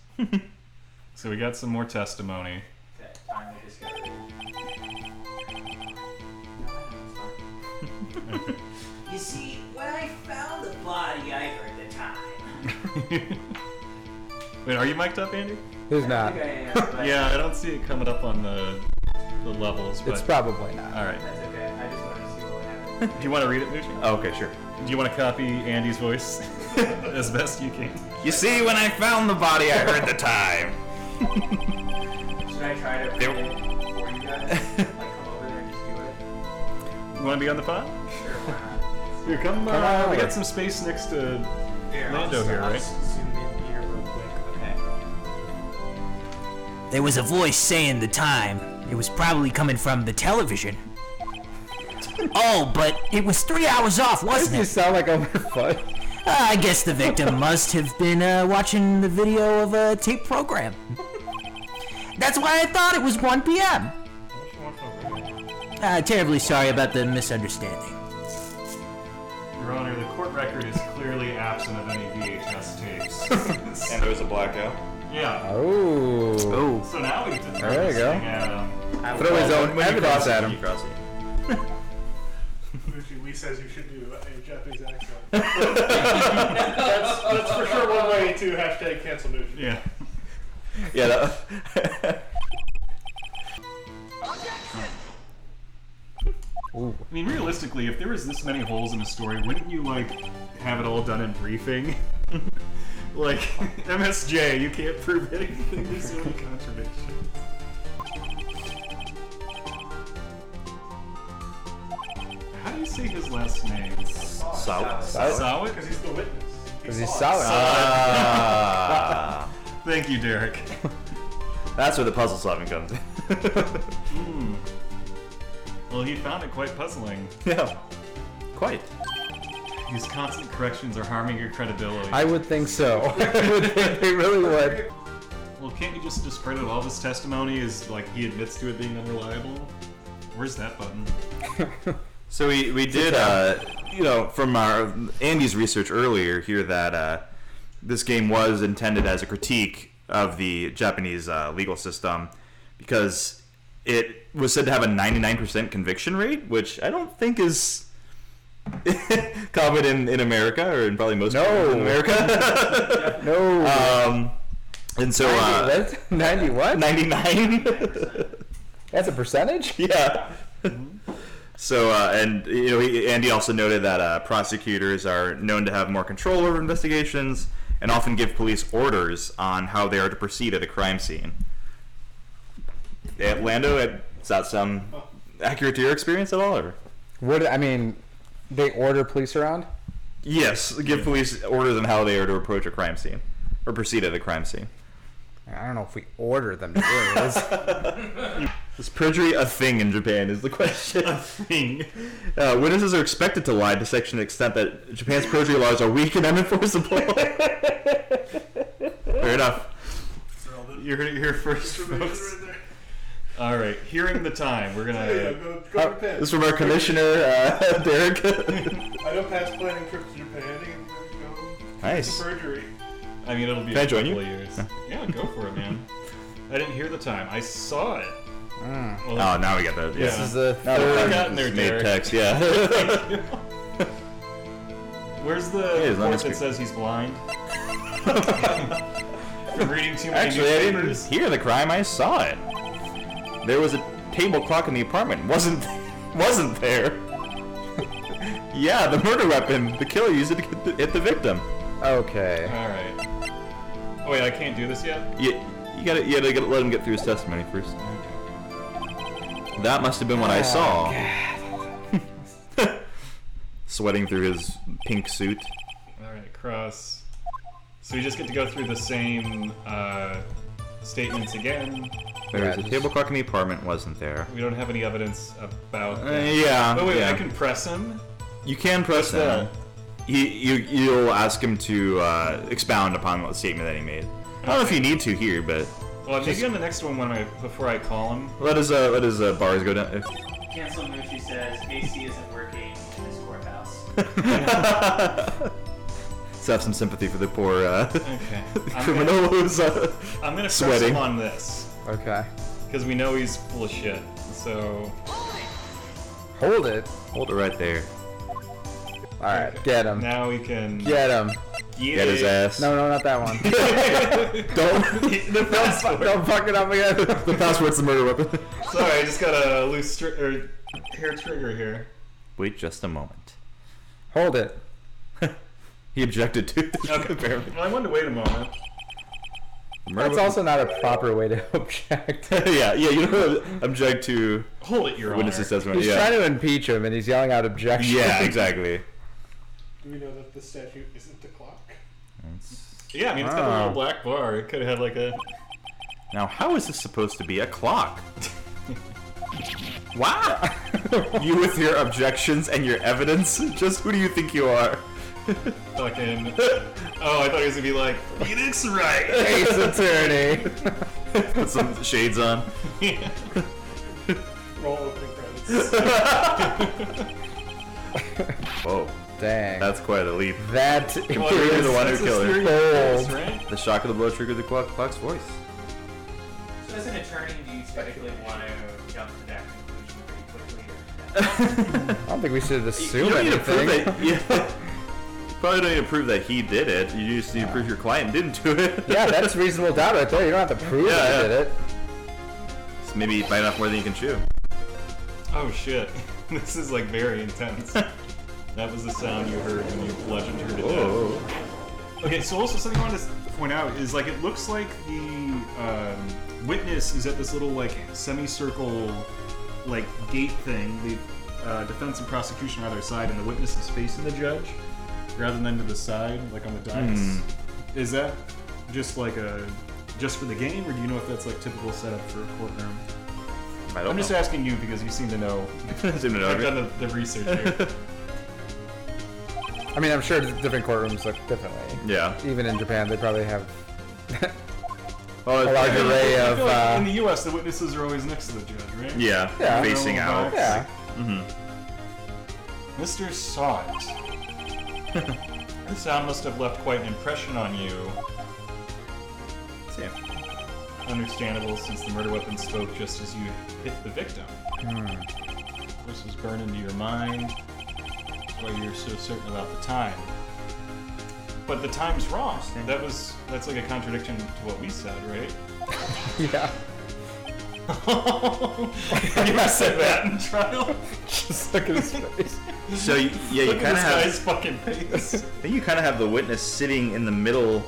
C: So we got some more testimony. *laughs*
D: that finally discovered. No, I know it's fine. *laughs* you see, when I found the body, I heard the time.
C: Wait, are you mic'd up, Andy?
B: Who's not?
D: I think I am,
C: *laughs*
D: but
C: Yeah, I don't see it coming up on the the levels. But
B: It's probably not.
C: all right.
D: That's okay. I just wanted to see what happened.
C: Do you want to read it, Lucian?
A: Oh, okay, sure.
C: Do you want to copy Andy's voice *laughs* as best you can?
A: You see, when I found the body, I heard the
B: *laughs*
A: time.
D: Should I try to read
A: There-
D: it for you guys? like, come over there and just do it?
C: You want to be on the pod?
D: Sure, why
C: Here, come, uh,
B: Come on
C: We
B: over.
C: got some space next to.
D: not? Here,
C: Lando
D: I'll just,
C: here,
D: I'll
C: right?
D: just zoom in here real quick. Okay.
G: There was a voice saying the time. It was probably coming from the television. oh, but it was three hours off, wasn't
B: You
G: it?
B: sound like Elmer Fudd.
G: Uh, I guess the victim
C: *laughs*
G: must have been uh, watching the video of a tape program. That's why I thought it was 1 p.m. Uh, terribly sorry about the misunderstanding.
C: Your Honor, the court record is clearly absent of any VHS
B: *laughs*
C: tapes.
A: And there was a blackout.
C: yeah.
B: Oh.
C: So now we can turn
B: There you
C: this
B: go.
C: thing at um,
B: Throw his own
A: When you
B: evidence
A: cross
B: at
A: it, when you
B: him.
A: cross it.
H: Lucy Lee says you should do a Japanese
C: *laughs*
B: *laughs*
H: accent. that's, that's for sure one way to hashtag cancel news.
C: Yeah.
A: Yeah. *laughs* That,
C: I mean, realistically, if there was this many holes in a story, wouldn't you like have it all done in briefing? *laughs* like *laughs* MSJ, you can't prove anything. There's so many contradictions. How do you say his last name?
A: so.
C: Sawit?
H: Because he's the witness.
B: Because he's
H: saw it.
B: solid.
A: Ah.
C: Thank you, Derek.
A: *laughs* That's where the puzzle solving comes in.
C: Well, he found it quite puzzling.
A: *laughs* yeah. Quite.
C: These constant corrections are harming your credibility.
B: I would think so. *laughs* I would think they really would.
C: well, can't you just discredit all this testimony as, like, he admits to it being unreliable? Where's that button?
A: So we, we did, uh, you know, from our Andy's research earlier here that uh, this game was intended as a critique of the Japanese uh, legal system because it was said to have a 99% conviction rate, which I don't think is *laughs* common in, in America or in probably most
B: No.
A: countries in America. *laughs*
B: No.
A: um, and so uh,
B: That's- 90 what?
A: 99.
B: That's a percentage?
A: *laughs* yeah. So, uh, and you know, he- Andy also noted that uh, prosecutors are known to have more control over investigations and often give police orders on how they are to proceed at a crime scene. Yeah, Lando, uh, does that sound accurate to your experience at all? Or?
B: Would I mean, they order police around?
A: Yes, give police orders on how they are to approach a crime scene or proceed at a crime scene.
B: I don't know if we order them to do it. It's-
A: Is perjury a thing in Japan? Is the question. A thing. Uh, witnesses are expected to lie to such an extent that Japan's perjury laws are weak and *laughs* unenforceable. Fair enough.
C: You're gonna hear first, folks. All right, hearing the time, we're gonna.
H: Yeah, go, go to Japan.
A: This is from our commissioner, uh, *laughs* Derek.
H: I know past planning trips to Japan and go
A: nice.
H: surgery.
C: I mean, it'll be
A: Can I
C: a
A: join
C: couple
A: you?
C: of years. Yeah, go for it, man. I didn't hear the time. I saw it.
A: Oh, now we got the yeah. *laughs*
B: This is the
C: Hang
B: third.
C: out in there,
A: Made
C: Derek.
A: text, yeah. *laughs*
C: *laughs* Where's
A: Hey,
C: the
A: is that
C: report
A: Mr.
C: that says he's
A: *laughs*
C: blind? From reading too many
A: Actually, I didn't
C: newspapers.
A: hear the crime. I saw it. There was a table clock in the apartment. *laughs* wasn't wasn't there? *laughs* yeah, the murder weapon. The killer used it to hit the, hit the victim.
B: Okay.
C: All right. Oh wait, I can't do this yet.
A: You, you gotta you gotta get- let him get through his testimony first. That must have been what
C: Oh,
A: I saw. *laughs* Sweating through his pink suit.
C: All right, cross. So we just get to go through the same uh, statements again.
A: There was a
B: Yeah, just-
A: table clock in the apartment. Wasn't there?
C: We don't have any evidence about.
A: Uh,
C: That.
A: yeah.
C: Oh wait,
A: yeah.
C: I can press him.
A: You can press
C: that?
A: that. He, you, you'll ask him to uh, expound upon what statement that he made. I don't know if you need to here, but
C: Well, maybe on the next one when I before I call him.
A: let his uh, let his uh, bars go down. *laughs* If,
D: Cancel Moochie says AC isn't working in this courthouse.
A: let's have some sympathy for the poor uh, *laughs*
C: Okay. I'm gonna,
A: criminal who's uh,
C: I'm gonna press
A: sweating.
C: him on this
B: Okay.
C: because we know he's full of shit. So
B: Hold it.
A: hold it right there.
B: All right. Get him.
C: now we can
B: Get him.
A: Get his
C: *laughs*
A: ass.
B: No, no, not that one.
A: Don't. *laughs*
C: the
B: don't, fu-
C: password.
B: don't fuck it up again.
A: the *laughs* password's the murder weapon.
C: Sorry, I just got a loose stri- or hair
A: *laughs*
C: trigger here.
A: *laughs* Wait just a moment.
B: Hold it.
A: *laughs* He objected to it, *laughs*
C: Okay.
A: apparently.
C: Well, I wanted to wait a moment.
A: Murder
B: That's
A: weapon-
B: also not a proper way to *laughs*
A: *laughs*
B: object.
A: yeah, yeah. You don't object to
C: Hold it, Your Honor.
A: witness's testimony.
B: He's
A: yeah.
B: trying to impeach him, and he's yelling out objection. *laughs*
A: yeah, exactly.
H: Do we know that the statute isn't the clock?
C: Yeah, I mean, it's got a
B: Wow.
C: little black bar. It could have had like a.
A: Now, how is this supposed to be a clock? *laughs* wow! you with your objections and your evidence? Just who do you think you are?
C: Fucking. Oh, I thought he was gonna be like, Phoenix right!
B: *laughs*
A: *laughs*
B: Ace attorney.
A: Put some shades on.
H: Roll opening credits.
A: Whoa,
B: Dang.
A: that's quite a leap. *laughs*
B: that
C: Well,
A: You're
B: is
A: the one who
C: that's his
A: killed her.
C: theory
B: bold.
C: first, right?
A: The shock of the blow triggered the clock, clock's voice.
D: So as an attorney, do you typically want to jump to that conclusion pretty quickly? or-
B: I don't think we should assume
A: you don't need to
B: anything.
A: prove that. Yeah. You Probably don't need to prove that he did it. You just need to prove your client didn't do it.
B: *laughs* yeah, that's reasonable doubt right there. You don't have to prove
A: Yeah,
B: that
A: yeah.
B: you did it.
A: So *laughs* maybe you bite off more than you can chew.
C: Oh shit. *laughs* This is like very intense. that was the sound you heard when you bludgeoned her to death.
A: Whoa.
C: Okay, so also something I wanted to s- point out is like it looks like the um, witness is at this little like semicircle like gate thing. The uh, defense and prosecution are on their side, and the witness is facing the judge rather than to the side, like on the dais.
B: Hmm.
C: Is that just like a just for the game, or do you know if that's like typical setup for a courtroom?
A: I don't
C: I'm just
A: know.
C: asking you because you seem
B: *laughs*
C: to know.
A: *laughs* Seem to know
C: I've
A: everything.
C: done the, the research here.
B: I mean, I'm sure different courtrooms look differently.
A: Yeah.
B: Even in Japan, they probably have. *laughs*
A: Oh,
B: A large *laughs* array
C: I
B: of.
C: feel like in
B: Uh,
C: the U.S., the witnesses are always next to the judge, right?
A: Yeah,
B: Yeah.
A: facing out. mm-hmm.
B: yeah.
C: Mr. Sot. *laughs* the sound must have left quite an impression on you.
A: Same.
C: Understandable, since the murder weapon spoke just as you hit the victim.
B: Hmm.
C: This was burned into your mind. That's why you're so certain about the time. But the time's wrong. That was that's like a contradiction to what we said, right?
B: Yeah.
C: you said *laughs* that in trial.
B: Just look at his face.
A: So you, yeah, you
C: Look at
A: kind of
C: this
A: have
C: guy's fucking face.
A: I think you kind of have the witness sitting in the middle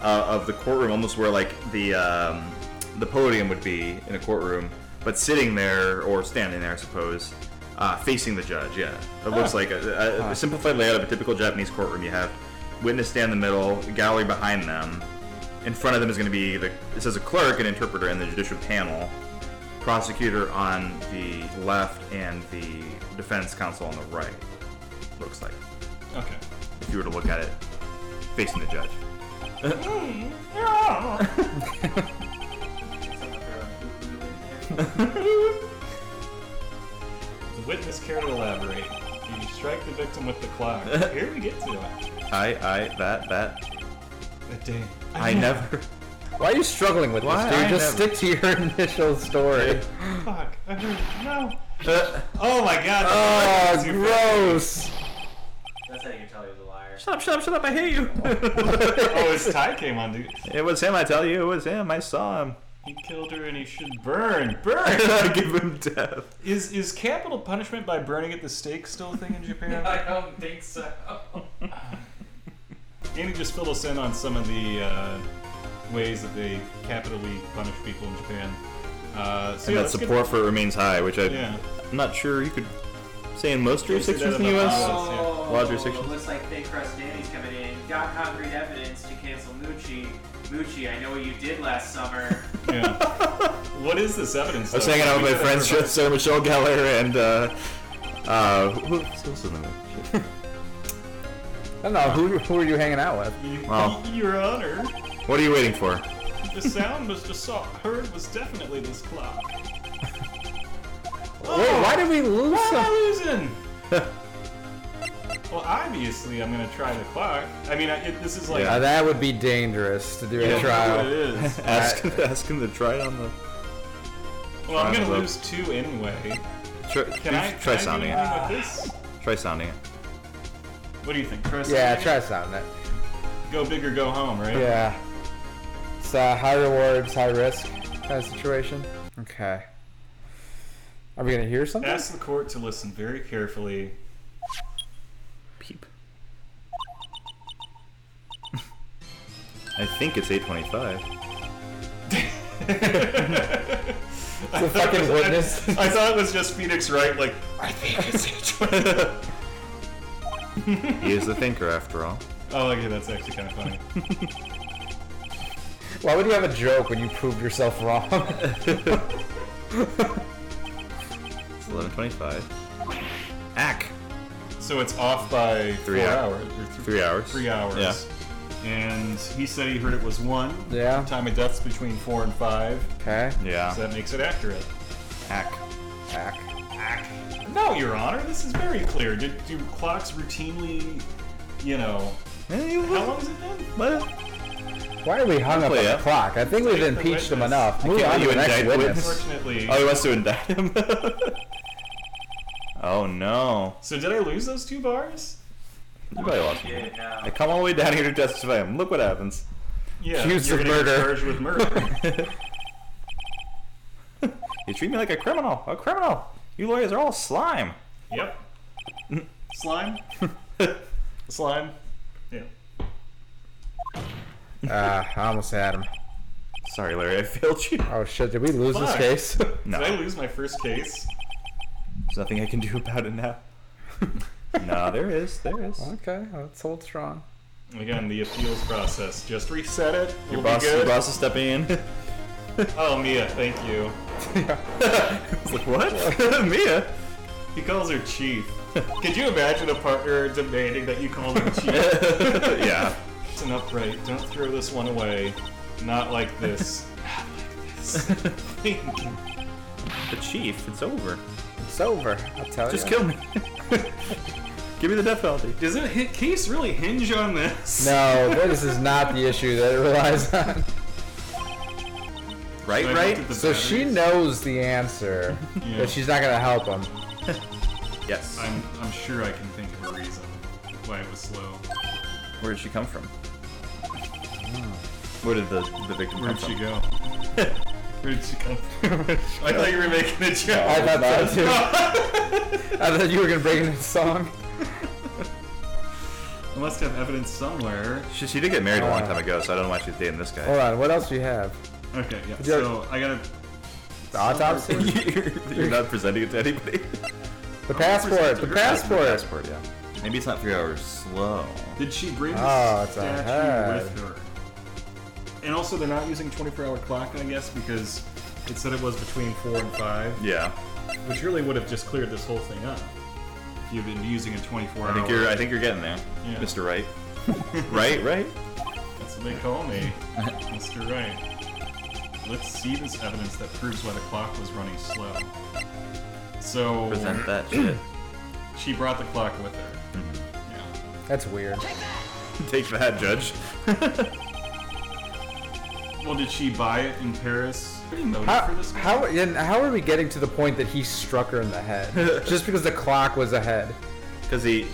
A: uh, of the courtroom, almost where like the um, the podium would be in a courtroom, but sitting there or standing there, I suppose, uh, facing the judge. Yeah, it looks like a, a, a simplified layout of a typical Japanese courtroom. You have witness stand in the middle, gallery behind them. In front of them is going to be the it says a clerk, an interpreter, and the judicial panel. Prosecutor on the left and the defense counsel on the right. Looks like
C: okay.
A: if you were to look at it facing the judge.
C: The witness care to elaborate. You strike the victim with the
A: *laughs*
C: clock. Here we get to it.
A: I, I, that, that. *laughs*
C: That day.
A: I never.
B: Why are you struggling with
I: Why?
B: this,
I: I
B: dude? Just
I: never-
B: stick to your *laughs* initial story.
C: Fuck. I heard. No. oh my god.
B: Oh, gross!
D: That's how you can tell he was a liar.
A: Shut up, shut up, shut up, I hate you.
C: oh, his tie came on, dude.
A: *laughs* it was him, I tell you, it was him, I saw him. *laughs*
C: He killed her and he should burn. Burn!
A: Give him death.
C: is is capital punishment by burning at the stake still a thing in Japan?
D: I don't think so.
C: Andy just filled us in on some of the uh, ways that they capitally punish people in Japan. Uh, so
A: And
C: yeah,
A: that
C: let's get-
A: support for it remains high, which I,
C: yeah.
A: I'm not sure you could say in most jurisdictions in
C: that
A: the
C: about
A: U.S.
C: us.
D: Oh,
A: Laws, restrictions.
D: Looks like Fake Crust Danny's coming in. Got concrete evidence to cancel Moochie. Moochie, I know what you did last summer.
C: yeah. *laughs* what is this evidence?
A: I was
C: though?
A: hanging out
C: We
A: with my *laughs*
C: gotta
A: friends,
C: provide-
A: Sarah Michelle Gellar and, uh, uh, who, who else was in there?
B: I don't know who who are you hanging out with?
A: Wow.
C: Your Honor,
A: What are you waiting for? *laughs*
C: the sound Mr. Saw heard was definitely this clock.
B: Wait, why did we lose?
C: Why am
A: *laughs*
B: some-
C: I losing? well, obviously, I'm gonna try the clock. I mean, I, it, this is like
B: Now, Uh, that would be dangerous to do
C: I
B: a
C: don't know what
B: trial.
A: *laughs*
C: it is.
A: Ask, ask him to try it on the.
C: Well,
A: Try
C: I'm gonna
A: the-
C: lose two anyway.
A: Try,
C: Can I
A: try
C: can
A: sounding it.
C: I do anything with this?
A: Try sounding it.
C: What do you think? Try
B: Yeah,
C: sounding
B: try
C: it?
B: sounding it.
C: Go big or go home, right?
B: Yeah. It's uh, high rewards, high risk kind of situation. Okay. Are we gonna hear something?
C: Ask the court to listen very carefully.
A: Peep. I think it's 825.
C: the
B: fucking witness.
C: I, thought it was just Phoenix Wright, like, I think it's H1.
A: He is the thinker, after all.
C: Oh, okay, that's actually kind of funny.
B: Why would you have a joke when you proved yourself wrong? *laughs*
A: It's 1125. Ack!
C: So it's off by
A: Three
C: four
A: hours.
C: hours. or th-
A: Three hours.
C: Three hours.
A: Yeah.
C: And he said he heard it was one.
B: Yeah.
C: Time of death's between four and five.
B: okay.
C: So
A: Yeah.
C: that makes it accurate.
A: Ack.
B: Back.
C: No, Your Honor, this is very clear. Do, do clocks routinely, you know, how long has it been?
A: Well,
B: Why are we hung up on
A: Hopefully,
B: the
A: yeah.
B: clock? I think we've
C: Take the
B: impeached them
C: witness.
B: enough. Move
A: can't
B: on
A: let
B: to
A: you
B: the next
A: indict
B: witness.
C: Unfortunately.
A: oh, he wants to indict him. *laughs* oh no.
C: So did I lose those two bars?
A: You probably lost me.
D: Did, uh,
A: I come all the way down here to testify him. Look what happens.
C: Yeah.
B: Accused
C: you're
B: of
C: gonna get
B: murder.
C: Charged with murder.
A: You treat me like a criminal. A criminal. You lawyers are all slime.
C: yep. Slime. Slime. Yeah.
B: *laughs* Uh, I almost had him.
A: Sorry, Larry, I *laughs* failed you.
B: Oh shit! Did we lose
C: Fuck.
B: this case?
A: No,
C: Did I
A: there's
C: lose my first case?
A: nothing I can do about it
C: *laughs*
A: now. nah, there is. There is.
B: *laughs* okay, let's hold strong.
C: Again, Oh the appeals process. Just reset it.
A: Your
C: It'll
A: boss,
C: be
A: your
C: good.
A: boss is stepping in. *laughs* it's
C: Oh, Mia, thank you.
A: like, what?
C: *laughs*
A: *laughs* Mia?
C: He calls her chief. Could you imagine a partner demanding that you call him chief?
A: *laughs* yeah.
C: It's an upright. Don't throw this one away. Not like this. Not like this. Think.
A: The chief, it's over.
B: It's over. I'll tell
A: Just
B: you.
A: kill me. *laughs* Give me the death penalty.
C: Does it hit case really hinge on this?
B: No, this is not the issue that it relies on. *laughs*
A: Right,
C: I
A: right?
C: looked at the
B: So she
C: batteries.
B: knows the answer,
C: Yeah.
B: but she's not gonna help him.
A: Yes.
C: I'm, I'm sure I can think of a reason why it was slow.
A: Where did she come from? Where did the, the victim
C: Ah. Where'd
A: come from?
C: she
B: *laughs*
C: go? Where'd she come from? *laughs* I thought you were making a joke.
B: I thought that too. *laughs*
C: *laughs*
B: I thought you were gonna bring in a song.
C: I must have evidence somewhere.
A: She, she did get married a long
C: Ah.
B: Uh,
A: time ago, so I don't know why she's dating this guy.
B: Hold on, what else do you have?
C: Okay, yeah.
B: There-
C: So I gotta.
B: The autopsy?
A: *laughs* you're, you're not presenting it to anybody.
B: The passport, the passport.
A: Passport, yeah. Maybe it's not three hours slow.
C: Did she bring the
B: Oh, it's a
C: statue
B: head.
C: with her? And also, they're not using 24-hour clock, I guess, because it said it was between four and five,
A: Yeah.
C: which really would have just cleared this whole thing up. If you've been using a 24-hour.
A: I think you're I think you're getting there,
C: Yeah.
A: Mr.
C: *laughs*
A: Wright. right, right?
C: That's what they call me, Mr. Right. Let's see this evidence that proves why the clock was running slow. So
A: Present that *laughs* shit.
C: she brought the clock with her. Yeah.
B: Mm-hmm. That's weird.
A: Take that, Judge.
C: Well, did she buy it in Paris? Pretty motive
B: How,
C: for this guy.
B: how, and how are we getting to the point that he struck her in the *laughs* head? Just because the clock was ahead.
A: Because he.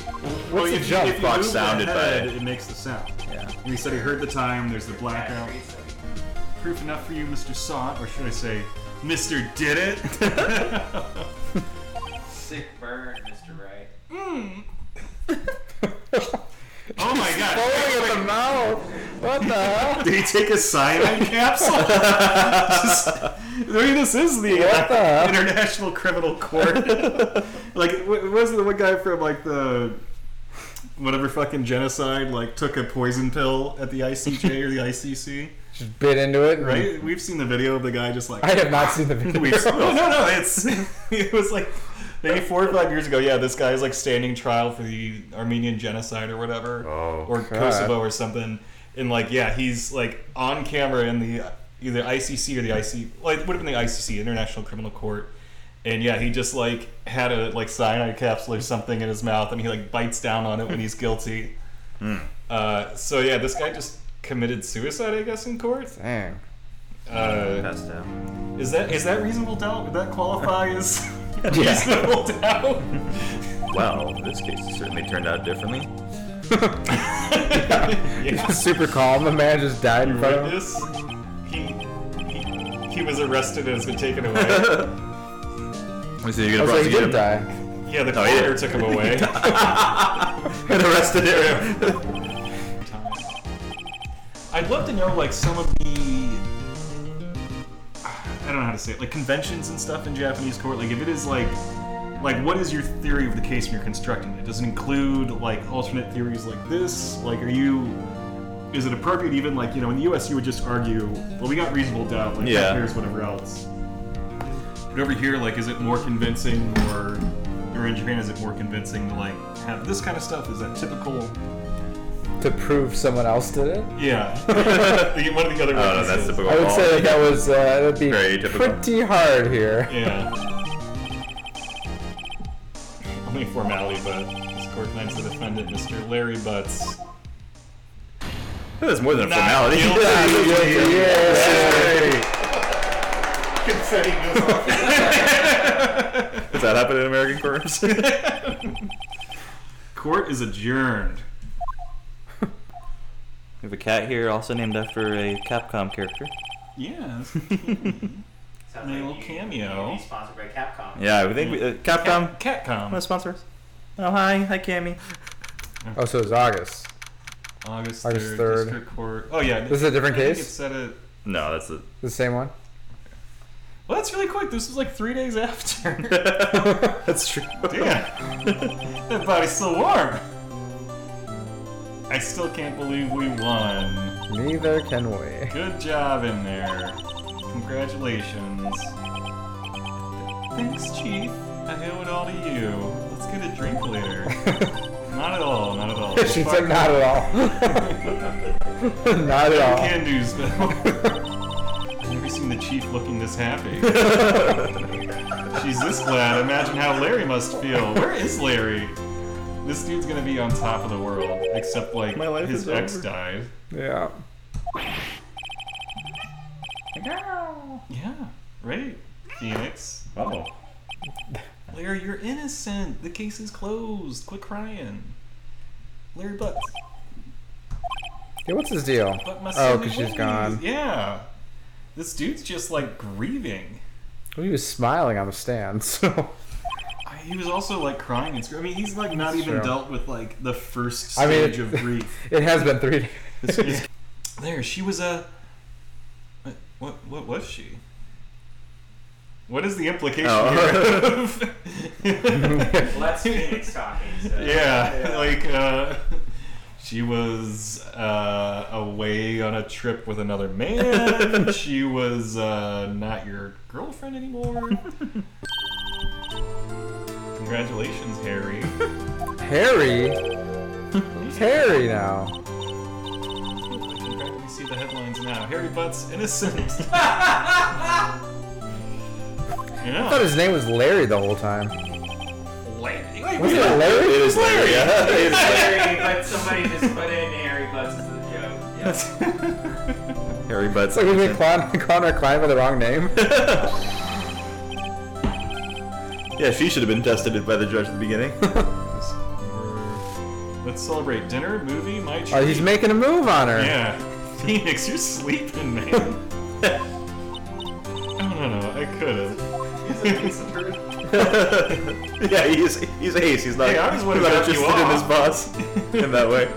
B: What's the
C: if you-
B: jump?
C: if you
A: Fox
C: move the
A: sounded by
C: head,
A: it.
C: it makes the sound.
B: Yeah.
C: And he said he heard the time. There's the blackout.
D: Three, so-
C: Proof enough for you, Mr. Saw it, or should I say, Mr. Did It?
D: Sick burn, Mr. Wright.
C: oh my god!
B: Blowing at the mouth. What the hell?
C: Did he take
B: *laughs*
C: a cyanide capsule? Just- I mean, this is the,
B: What the
C: uh,
B: hell?
C: International Criminal Court.
B: *laughs*
C: like, wa- wasn't the one guy from like the whatever fucking genocide like took a poison pill at the ICJ or the ICC?
B: Just *laughs* bit into it. and-
C: Right? We've seen the video of the guy just like
B: I have not *laughs* seen the
C: *laughs*
B: video.
C: We've, no, no, no. It's *laughs* it was like maybe four or five years ago. Yeah, this guy's like standing trial for the Armenian genocide or whatever,
A: Oh,
C: or
B: God.
C: Kosovo or something. And like, yeah, he's like on camera in the either ICC or the IC. Well, it would have been the ICC, International Criminal Court. And yeah, he just like had a like cyanide capsule or something in his mouth, and he like bites down on it when he's guilty. Uh, so yeah, this guy just committed suicide, I guess, in court.
B: *laughs* Dang.
C: Uh,
A: Passed out.
C: is that is that reasonable doubt? Would that qualify as reasonable doubt?
A: Well, this case certainly turned out
B: *laughs*
A: differently.
C: yeah.
B: Super calm. The man just died in front of him.
C: Witness, he, he he was arrested and has been
A: *laughs*
C: taken away.
A: So you're
B: Oh,
A: gonna
B: so he
A: prosecute
B: did
A: him?
B: die.
C: Yeah, the
A: he
C: coroner
A: didn't.
C: took him away.
B: *laughs*
A: and arrested him.
C: I'd love to know like some of the I don't know how to say it, like conventions and stuff in Japanese court. Like if it is like like what is your theory of the case when you're constructing it? Does it include like alternate theories like this? Like are you is it appropriate even like, you know, in the US you would just argue, well we got reasonable doubt, like
A: Yeah.
C: here's whatever else. But over here, like is it more convincing or or in Japan is it more convincing to like have this kind of stuff? Is that typical?
B: To prove someone else did it?
C: *laughs* Yeah. The- one of the
A: *laughs*
C: other
A: Oh, no,
C: witnesses.
A: that's typical.
B: I would say that that was, uh, that'd be
A: Very typical.
B: pretty hard here.
C: Yeah. Only formality, but this court finds the defendant, Mr. Larry Butts.
A: That's more than a formality. *laughs*
C: guilty.
B: *laughs* Yeah.
H: Confetti goes
C: *laughs*
H: off.
A: Does that happen in American
B: *laughs*
A: courts? *laughs*
C: Court is adjourned.
A: We have a cat here, also named after a Capcom character.
C: Yeah. that's-
D: Sounds
C: My
D: like
C: little
D: you-
C: cameo.
D: you'd be Sponsored by Capcom.
A: Yeah, we think we, uh,
C: Um,
A: Capcom. Want to
C: Catcom.
A: sponsor us? Oh hi, hi Cammy.
B: Oh, so it was August.
C: August 3rd,
B: August 3rd.
C: District Court. Oh, yeah.
B: This is a different
C: I think
B: case?
C: It said it.
A: No, that's
B: *laughs*
A: the.
B: The same one?
C: Well, that's really quick. This was like three days after.
A: *laughs* that's true.
C: Damn. that body's so warm. I still can't believe we won.
B: Neither can we. *laughs*
C: Good job in there. Congratulations. Thanks, Chief. I owe it all to you. Let's get a
A: *laughs*
C: drink later. not at all, not at all.
B: She's like,
C: *laughs*
B: not at all. *laughs* not at all. *laughs*
C: Can do spell. I've never seen the Chief looking this
A: *laughs*
C: happy. She's this glad. Imagine how Larry must feel. Where is Larry? This dude's gonna be on top of the world, except like
A: My life
C: his
A: is
C: ex
A: over.
C: died.
B: Yeah.
C: Yeah, right, Phoenix.
A: Oh.
C: Larry, you're innocent. The case is closed. Quit crying. Larry Butts.
B: Yeah, what's his deal?
C: But my
B: Oh,
C: son
B: because
C: is
B: she's gone.
C: Yeah. This dude's just like grieving.
B: Well, He was smiling on the stand, *laughs* so.
C: I- He was also like crying. It's, I mean, he's like not even
B: Sure.
C: dealt with like the first
B: I
C: stage
B: mean,
C: of
B: it- *laughs*
C: grief.
B: It has been three
C: This
B: days.
C: is- *laughs* there, she was a. what- What? What was she? What is the implication
A: Oh.
B: *laughs*
C: here? *laughs*
D: Well, that's Phoenix talking. So.
C: yeah, like uh, *laughs* she was uh, away on a trip with
B: *laughs*
C: another man. she was uh, not your
B: *laughs*
C: girlfriend anymore. Congratulations,
B: *laughs* *laughs*
C: Harry. *laughs*
B: Harry? It's Harry now.
C: I can practically see the headlines now. Harry Butts
B: *laughs*
C: innocent. *laughs*
B: I thought
C: yeah.
B: his name was Larry the whole time.
C: Larry.
B: Was it Larry?
A: *laughs* It is Larry. Yeah. *laughs* It is
B: *laughs*
A: Larry.
D: Harry, but somebody just put in Harry Butts as the joke. Yeah.
C: That's- Harry Butts.
B: It's like we
A: *laughs*
B: get Clown, Clown or Klein by the wrong name.
A: Yeah, she should have been tested by the judge at the beginning.
C: *laughs*
A: *laughs*
B: Oh,
C: Let's celebrate dinner, movie, my treat.
B: Oh, he's making a move on her.
C: Yeah. *laughs* Phoenix, you're sleeping, man. I don't know. I could have.
A: *laughs* yeah, he's he's ace. He's not.
C: Hey, I was
A: he's not
C: wondering about you
A: interested in
C: all.
A: his boss *laughs* in that way.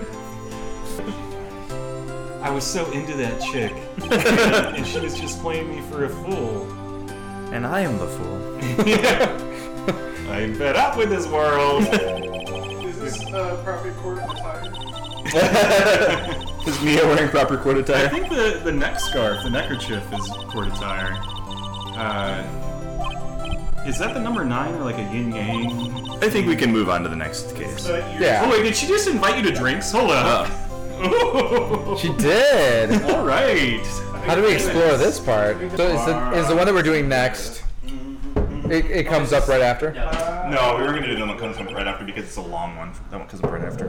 C: I was so into that chick, and she was just playing me for a fool. *laughs*
J: And I am the fool.
C: I'm fed up with this world.
H: Is this uh, property court attire? Uh,
A: Is Mia wearing proper court
C: I
A: attire?
C: think the, the neck scarf, the neckerchief, is court attire. Uh, is that the number nine or like a yin yang?
A: I think we can move on to the next case.
H: But you
C: Oh
B: Yeah.
C: wait, did she just invite you to drinks? Hold up.
B: *laughs* She did.
C: *laughs* All right.
B: How do we explore this part? So is the, is the one that we're doing next? It, it comes up right after.
A: No, we were gonna do the one that comes up right after because it's a long one. That one comes up right after.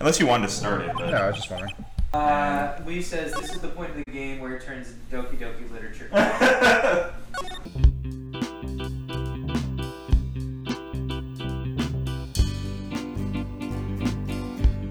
A: Unless you wanted to start it. But...
B: No, I was just wondering.
D: Uh, Lee says this is the point of the game where it turns into Doki Doki literature.